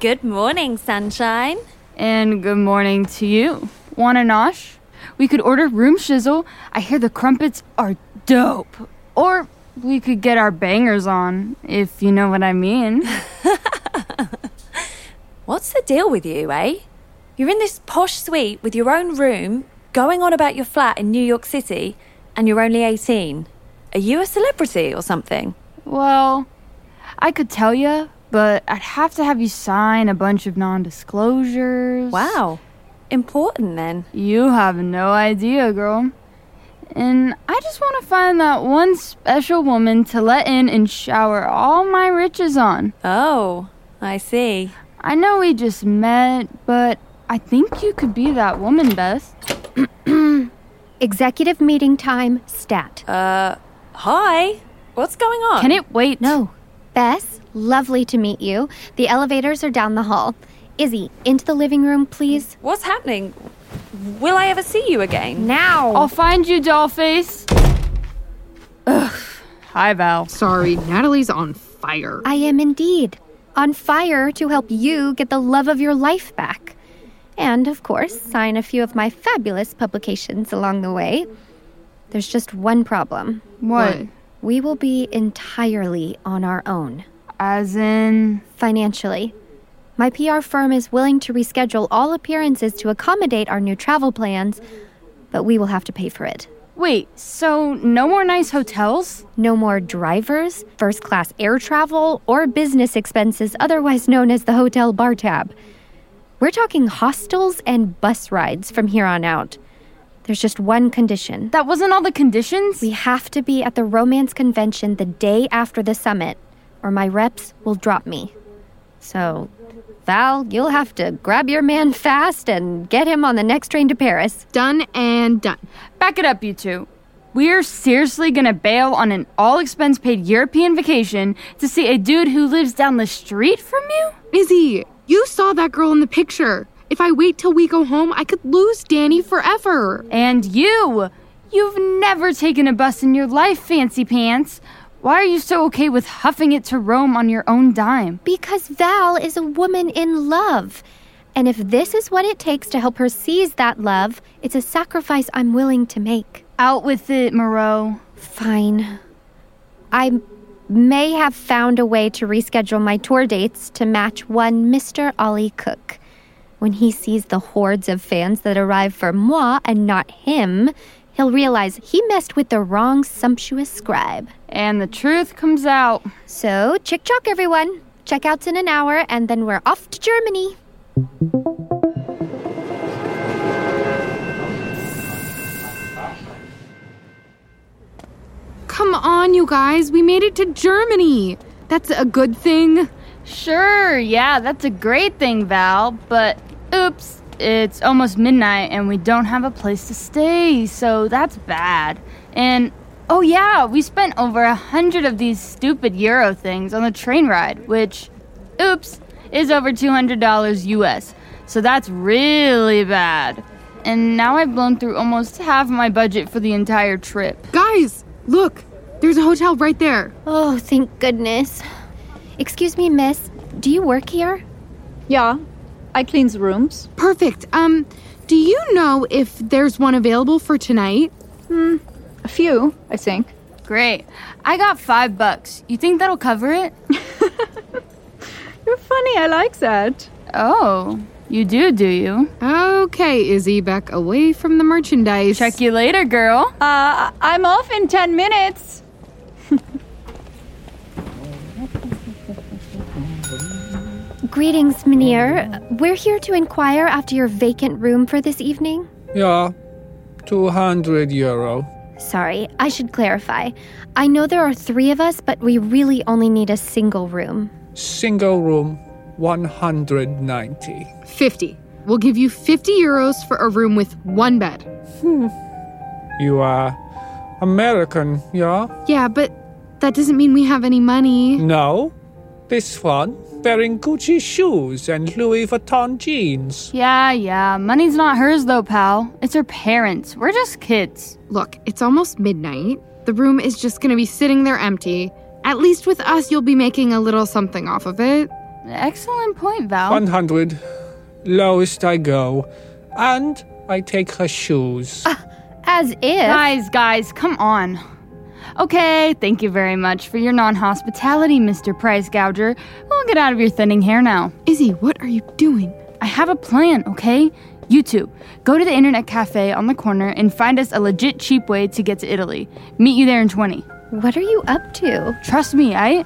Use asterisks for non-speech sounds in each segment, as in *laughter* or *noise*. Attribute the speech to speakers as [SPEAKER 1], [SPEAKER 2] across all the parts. [SPEAKER 1] Good morning, sunshine.
[SPEAKER 2] And good morning to you. Want a nosh? We could order room shizzle. I hear the crumpets are dope. Or we could get our bangers on, if you know what I mean.
[SPEAKER 1] What's the deal with you, eh? You're in this posh suite with your own room, going on about your flat in New York City, and you're only 18. Are you a celebrity or something?
[SPEAKER 2] well, I could tell you, but I'd have to have you sign a bunch of non disclosures.
[SPEAKER 1] Wow. Important then.
[SPEAKER 2] You have no idea, girl. And I just want to find that one special woman to let in and shower all my riches on.
[SPEAKER 1] Oh, I see.
[SPEAKER 2] I know we just met, but I think you could be that woman, Beth.
[SPEAKER 3] Executive meeting time stat.
[SPEAKER 1] Hi. What's going on?
[SPEAKER 2] Can it wait?
[SPEAKER 3] no. Bess, lovely to meet you. The elevators are down the hall. Izzy, into the living room, please.
[SPEAKER 1] What's happening? Will I ever see you again?
[SPEAKER 3] Now.
[SPEAKER 2] I'll find you, dollface. Ugh. Hi, Val.
[SPEAKER 4] Sorry, Natalie's on fire.
[SPEAKER 3] I am indeed on fire to help you get the love of your life back. And, of course, sign a few of my fabulous publications along the way. There's just one problem.
[SPEAKER 2] What?
[SPEAKER 3] We will be entirely on our own.
[SPEAKER 2] As in,
[SPEAKER 3] financially. My PR firm is willing to reschedule all appearances to accommodate our new travel plans, but we will have to pay for it.
[SPEAKER 2] wait. So no more nice hotels?
[SPEAKER 3] No more drivers, first class air travel, or business expenses, otherwise known as the hotel bar tab. We're talking hostels and bus rides from here on out. There's just one condition
[SPEAKER 2] That wasn't all the conditions.
[SPEAKER 3] we have to be at the romance convention the day after the summit, or my reps will drop me. So, Val, you'll have to grab your man fast and get him on the next train to Paris.
[SPEAKER 4] Done and done.
[SPEAKER 2] Back it up, you two. We're seriously gonna bail on an all-expense-paid European vacation to see a dude who lives down the street from you?
[SPEAKER 4] Izzy, you saw that girl in the picture. If I wait till we go home, I could lose Danny forever.
[SPEAKER 2] And you! You've never taken a bus in your life, fancy pants. Why are you so okay with huffing it to Rome on your own dime?
[SPEAKER 3] Because Val is a woman in love. And if this is what it takes to help her seize that love, it's a sacrifice I'm willing to make.
[SPEAKER 2] Out with it, Moreau.
[SPEAKER 3] Fine. I may have found a way to reschedule my tour dates to match one Mr. Ollie Cook. When he sees the hordes of fans that arrive for moi and not him, he'll realize he messed with the wrong sumptuous scribe.
[SPEAKER 2] And the truth comes out.
[SPEAKER 3] So, chick chock, everyone. Checkout's in an hour, and then we're off to Germany.
[SPEAKER 4] Come on, you guys, we made it to Germany. That's a good thing.
[SPEAKER 2] Sure, yeah, that's a great thing, Val, but oops, it's almost midnight and we don't have a place to stay, so that's bad. And oh, yeah, we spent over a hundred of these stupid Euro things on the train ride, which, oops, is over $200 US, so that's really bad. And now I've blown through almost half my budget for the entire trip.
[SPEAKER 4] Guys, look, there's a hotel right there.
[SPEAKER 3] Oh, thank goodness. Excuse me, miss. Do you work here?
[SPEAKER 5] Yeah, I cleans rooms.
[SPEAKER 4] Perfect. Um, do you know if there's one available for tonight?
[SPEAKER 5] A few, I think.
[SPEAKER 2] Great. I got five bucks. You think that'll cover it?
[SPEAKER 5] *laughs* You're funny, I like that.
[SPEAKER 2] Oh, you do, do you?
[SPEAKER 4] Okay, Izzy, back away from the merchandise.
[SPEAKER 2] Check you later, girl.
[SPEAKER 5] Uh, I'm off in 10 minutes.
[SPEAKER 3] Greetings, Mynheer. We're here to inquire after your vacant room for this evening.
[SPEAKER 6] Yeah, 200 euro.
[SPEAKER 3] Sorry, I should clarify. I know there are three of us, but we really only need a single room.
[SPEAKER 6] Single room, 190.
[SPEAKER 4] 50. We'll give you 50 euros for a room with one bed.
[SPEAKER 6] You are American, yeah?
[SPEAKER 4] Yeah, but that doesn't mean we have any money.
[SPEAKER 6] No? This one wearing Gucci shoes and Louis Vuitton jeans.
[SPEAKER 2] Yeah, yeah. Money's not hers, though, pal. It's her parents. We're just kids.
[SPEAKER 4] Look, it's almost midnight. The room is just gonna be sitting there empty. At least with us, you'll be making a little something off of it.
[SPEAKER 2] Excellent point, Val.
[SPEAKER 6] 100. Lowest I go. And I take her shoes.
[SPEAKER 3] As if.
[SPEAKER 2] Guys, guys, come on. Okay, thank you very much for your non hospitality, Mr. Price Gouger. We'll get out of your thinning hair now.
[SPEAKER 4] Izzy, what are you doing?
[SPEAKER 2] I have a plan, okay? You two, go to the internet cafe on the corner and find us a legit cheap way to get to Italy. Meet you there in 20.
[SPEAKER 3] What are you up to?
[SPEAKER 2] Trust me, I.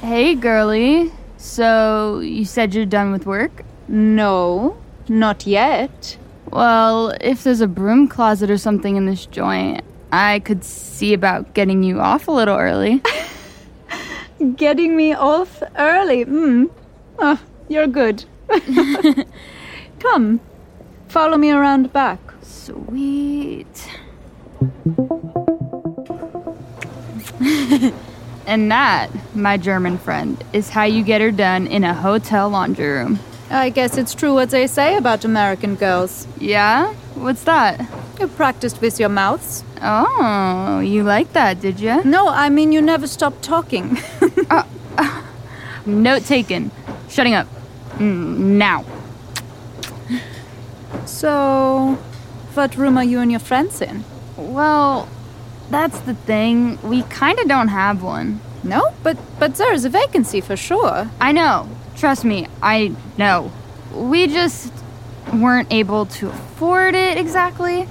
[SPEAKER 2] Hey, girly. So, you said you're done with work?
[SPEAKER 5] No, not yet.
[SPEAKER 2] Well, if there's a broom closet or something in this joint, I could see about getting you off a little early.
[SPEAKER 5] Getting me off early. Mm. Oh, you're *laughs* good. Come, follow me around back.
[SPEAKER 2] Sweet. *laughs* and that, my German friend, is how you get her done in a hotel laundry room.
[SPEAKER 5] I guess it's true what they say about American girls.
[SPEAKER 2] Yeah? What's that?
[SPEAKER 5] You practiced with your mouths.
[SPEAKER 2] Oh, you like that, did you?
[SPEAKER 5] No, I mean you never stop talking. *laughs*
[SPEAKER 2] Note taken. Shutting up. Mm, now.
[SPEAKER 5] so, what room are you and your friends in?
[SPEAKER 2] Well, that's the thing. We kind of don't have one.
[SPEAKER 5] No, but but there is a vacancy for sure.
[SPEAKER 2] I know. Trust me, I know. We just weren't able to afford it exactly.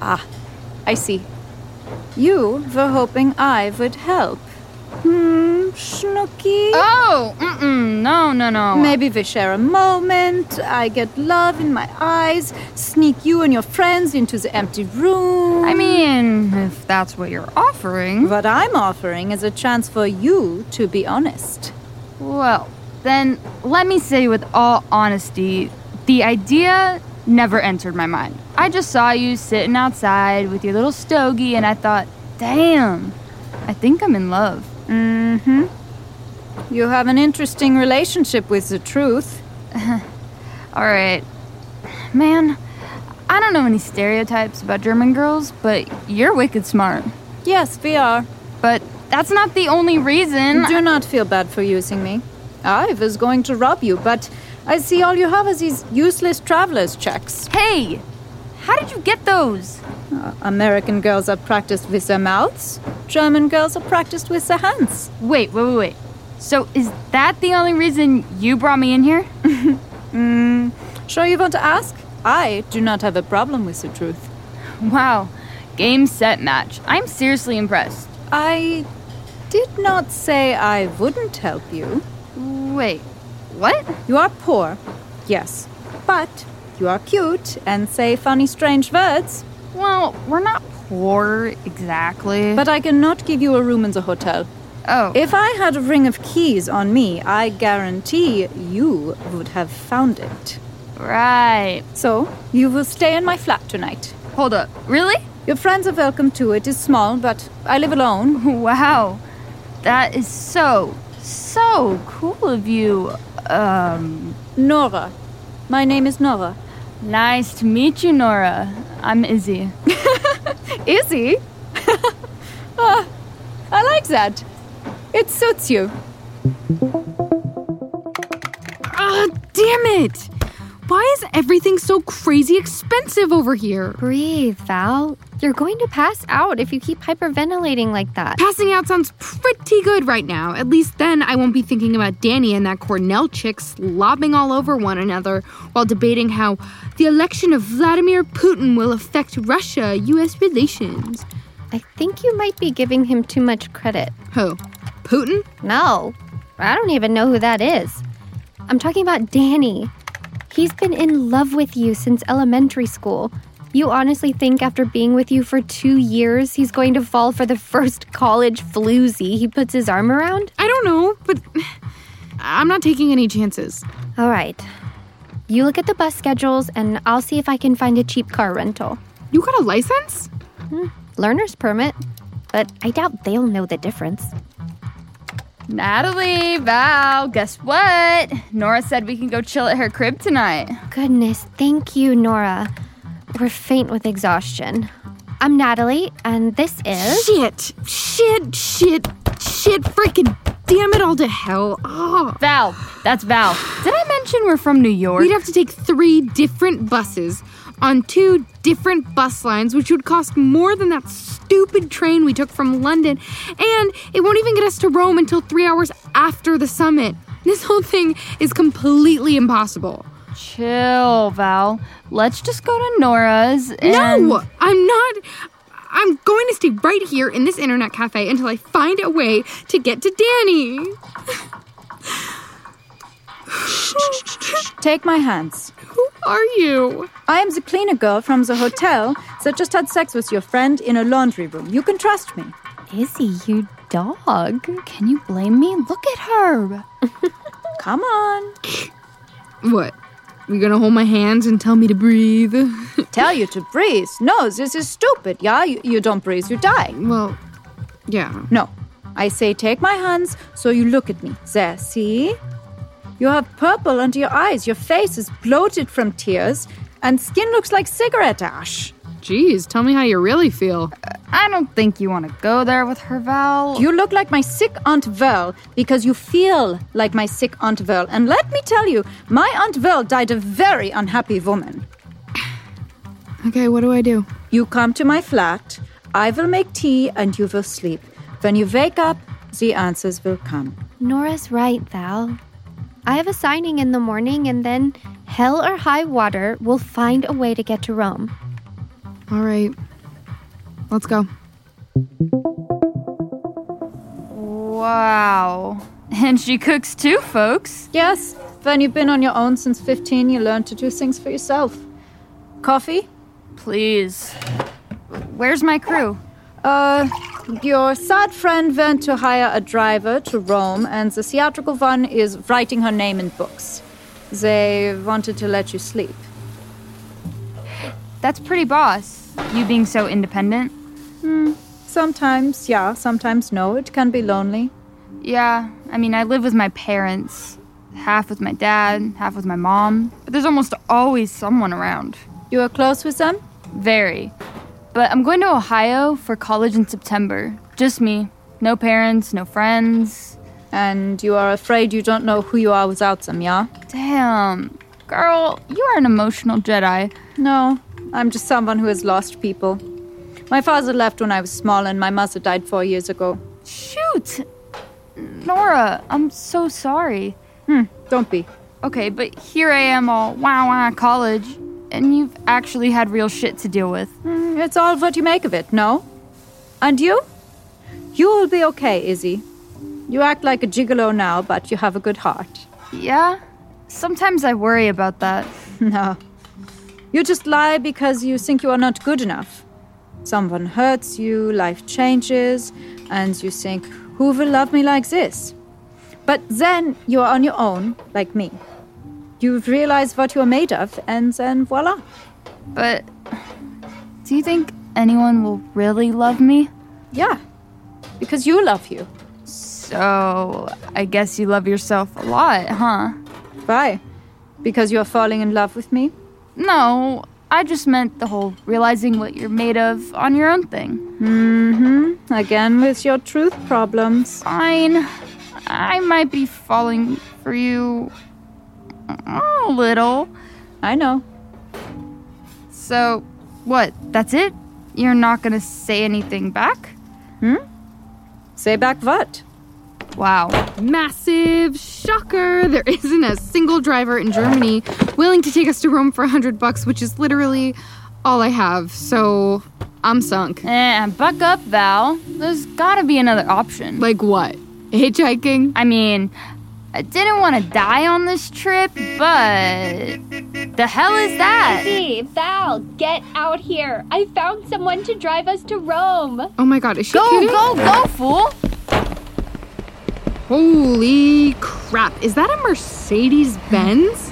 [SPEAKER 5] I see. You were hoping I would help. Hmm, Snooky.
[SPEAKER 2] Oh, mm-mm, no, no, no.
[SPEAKER 5] Maybe we share a moment. I get love in my eyes. Sneak you and your friends into the empty room.
[SPEAKER 2] I mean, if that's what you're offering.
[SPEAKER 5] what I'm offering is a chance for you to be honest.
[SPEAKER 2] Well, then let me say with all honesty, the idea never entered my mind. I just saw you sitting outside with your little stogie, and I thought, damn, I think I'm in love.
[SPEAKER 5] You have an interesting relationship with the truth.
[SPEAKER 2] All right. Man, I don't know any stereotypes about German girls, but you're wicked smart.
[SPEAKER 5] Yes, we are.
[SPEAKER 2] But that's not the only reason.
[SPEAKER 5] Do not feel bad for using me. I was going to rob you, but I see all you have is these useless traveler's checks.
[SPEAKER 2] hey, how did you get those?
[SPEAKER 5] Uh, American girls are practiced with their mouths, German girls are practiced with their hands.
[SPEAKER 2] Wait, wait, wait, wait. So is that the only reason you brought me in here?
[SPEAKER 5] Sure, you want to ask? I do not have a problem with the truth.
[SPEAKER 2] wow. Game set match. I'm seriously impressed.
[SPEAKER 5] I did not say I wouldn't help you.
[SPEAKER 2] Wait. What?
[SPEAKER 5] You are poor, yes, but you are cute and say funny, strange words.
[SPEAKER 2] Well, we're not poor exactly.
[SPEAKER 5] But I cannot give you a room in the hotel.
[SPEAKER 2] oh,
[SPEAKER 5] If I had a ring of keys on me, I guarantee you would have found it.
[SPEAKER 2] right.
[SPEAKER 5] So, you will stay in my flat tonight.
[SPEAKER 2] Hold up. Really?
[SPEAKER 5] Your friends are welcome too. It is small, but I live alone.
[SPEAKER 2] *laughs* Wow. That is so, so cool of you. Um,
[SPEAKER 5] Nora. My name is Nora.
[SPEAKER 2] nice to meet you, Nora. I'm Izzy.
[SPEAKER 5] Izzy? Ah, I like that. It suits you.
[SPEAKER 4] Ah, damn it! Why is everything so crazy expensive over here?
[SPEAKER 3] Breathe, Val. You're going to pass out if you keep hyperventilating like that.
[SPEAKER 4] Passing out sounds pretty good right now. At least then I won't be thinking about Danny and that Cornell chick slobbing all over one another while debating how the election of Vladimir Putin will affect Russia US relations.
[SPEAKER 3] I think you might be giving him too much credit.
[SPEAKER 4] Who? Putin?
[SPEAKER 3] No, I don't even know who that is. I'm talking about Danny. He's been in love with you since elementary school, You honestly think after being with you for two years, he's going to fall for the first college floozy he puts his arm around?
[SPEAKER 4] I don't know, but *sighs* I'm not taking any chances.
[SPEAKER 3] All right. You look at the bus schedules, and I'll see if I can find a cheap car rental.
[SPEAKER 4] You got a license?
[SPEAKER 3] Learner's permit, but I doubt they'll know the difference.
[SPEAKER 2] Natalie, Val, guess what? Nora said we can go chill at her crib tonight.
[SPEAKER 3] Goodness, thank you, Nora. We're faint with exhaustion. I'm Natalie, and this is.
[SPEAKER 4] Shit, shit, shit, shit, freaking damn it all to hell. Oh.
[SPEAKER 2] Val, that's Val. Did I mention we're from New York?
[SPEAKER 4] We'd have to take three different buses on two different bus lines, which would cost more than that stupid train we took from London. And it won't even get us to Rome until three hours after the summit. This whole thing is completely impossible.
[SPEAKER 2] Chill, Val. Let's just go to Nora's. And
[SPEAKER 4] No, I'm not. I'm going to stay right here in this internet cafe until I find a way to get to Danny.
[SPEAKER 5] Take my hands.
[SPEAKER 4] Who are you?
[SPEAKER 5] I am the cleaner girl from the hotel that just had sex with your friend in a laundry room. You can trust me.
[SPEAKER 3] Izzy, you dog.
[SPEAKER 2] Can you blame me? Look at her.
[SPEAKER 5] Come on.
[SPEAKER 4] What? You're gonna hold my hands and tell me to breathe?
[SPEAKER 5] Tell you to breathe. No, this is stupid. Yeah, you, you don't breathe, you die.
[SPEAKER 4] well, yeah.
[SPEAKER 5] No. I say take my hands so you look at me. There, see? You have purple under your eyes. Your face is bloated from tears and skin looks like cigarette ash.
[SPEAKER 4] Jeez, tell me how you really feel.
[SPEAKER 2] I don't think you want to go there with her, Val.
[SPEAKER 5] You look like my sick Aunt Verl because you feel like my sick Aunt Verl. And let me tell you, my Aunt Verl died a very unhappy woman.
[SPEAKER 4] Okay, what do I do?
[SPEAKER 5] You come to my flat, I will make tea and you will sleep. When you wake up, the answers will come.
[SPEAKER 3] Nora's right, Val. I have a signing in the morning, and then hell or high water, we'll find a way to get to Rome.
[SPEAKER 4] All right, let's go.
[SPEAKER 2] Wow. And she cooks too, folks.
[SPEAKER 5] Yes, when you've been on your own since 15, you learn to do things for yourself. Coffee?
[SPEAKER 2] Please. Where's my crew?
[SPEAKER 5] Uh, your sad friend went to hire a driver to Rome, and the theatrical one is writing her name in books. They wanted to let you sleep.
[SPEAKER 2] That's pretty boss. You being so independent.
[SPEAKER 5] Sometimes, yeah, sometimes no. It can be lonely.
[SPEAKER 2] Yeah, I mean, I live with my parents. Half with my dad, half with my mom. But there's almost always someone around.
[SPEAKER 5] You are close with them?
[SPEAKER 2] Very. But I'm going to Ohio for college in September. Just me. No parents, no friends.
[SPEAKER 5] And you are afraid you don't know who you are without them, yeah?
[SPEAKER 2] Damn. Girl, you are an emotional Jedi.
[SPEAKER 5] No, I'm just someone who has lost people. My father left when I was small, and my mother died four years ago.
[SPEAKER 2] Shoot! Nora, I'm so sorry.
[SPEAKER 5] Don't be.
[SPEAKER 2] Okay, but here I am all wow wow college, and you've actually had real shit to deal with.
[SPEAKER 5] Mm, It's all what you make of it, no? And you? You will be okay, Izzy. You act like a gigolo now, but you have a good heart.
[SPEAKER 2] Yeah? Sometimes I worry about that.
[SPEAKER 5] No. Ah. You just lie because you think you are not good enough. Someone hurts you, life changes, and you think, who will love me like this? But then you are on your own, like me. You realize what you are made of, and then voila.
[SPEAKER 2] But do you think anyone will really love me?
[SPEAKER 5] Yeah. Because you love you.
[SPEAKER 2] So I guess you love yourself a lot, huh?
[SPEAKER 5] Why? Because you are falling in love with me?
[SPEAKER 2] No, I just meant the whole realizing what you're made of on your own thing.
[SPEAKER 5] Again with your truth problems.
[SPEAKER 2] Fine. I might be falling for you a little.
[SPEAKER 5] I know.
[SPEAKER 2] So, what? That's it? You're not gonna say anything back?
[SPEAKER 5] Say back what?
[SPEAKER 2] Wow.
[SPEAKER 4] Massive shocker! There *laughs* isn't a single driver in Germany willing to take us to Rome for 100 bucks, which is literally all I have. So I'm sunk.
[SPEAKER 2] Eh, buck up, Val. There's gotta be another option.
[SPEAKER 4] Like what? Hitchhiking?
[SPEAKER 2] I mean, I didn't want to die on this trip, but the hell is that?
[SPEAKER 7] Hey, Val, get out here. I found someone to drive us to Rome.
[SPEAKER 4] Oh my god, is she
[SPEAKER 2] Go,
[SPEAKER 4] *laughs* kidding?
[SPEAKER 2] go, go, fool!
[SPEAKER 4] Holy crap. Is that a Mercedes Benz?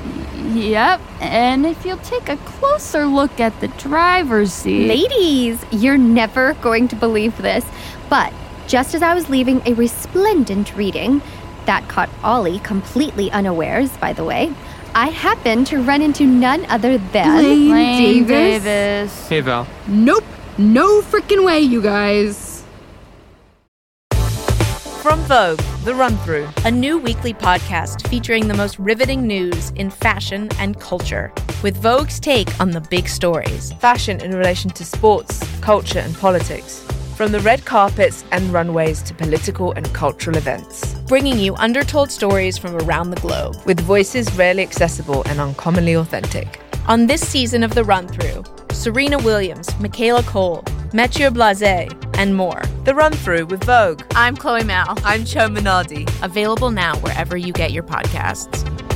[SPEAKER 2] Yep, and if you'll take a closer look at the driver's seat.
[SPEAKER 3] Ladies, you're never going to believe this, but just as I was leaving a resplendent reading, that caught Ollie completely unawares, by the way, I happened to run into none other than.
[SPEAKER 4] Blaine
[SPEAKER 2] Lane
[SPEAKER 4] Davis?
[SPEAKER 2] Davis.
[SPEAKER 8] Hey, Val.
[SPEAKER 4] Nope. No freaking way, you guys.
[SPEAKER 9] From Vogue, The Run Through, a new weekly podcast featuring the most riveting news in fashion and culture, with Vogue's take on the big stories.
[SPEAKER 10] fashion in relation to sports, culture, and politics, from the red carpets and runways to political and cultural events,
[SPEAKER 9] bringing you undertold stories from around the globe.
[SPEAKER 10] with voices rarely accessible and uncommonly authentic.
[SPEAKER 9] On this season of The Run Through, Serena Williams, Michaela Cole, Mathieu Blase, and more.
[SPEAKER 10] The run through with Vogue.
[SPEAKER 9] I'm Chloe Mal.
[SPEAKER 10] I'm Cho Minardi.
[SPEAKER 9] Available now wherever you get your podcasts.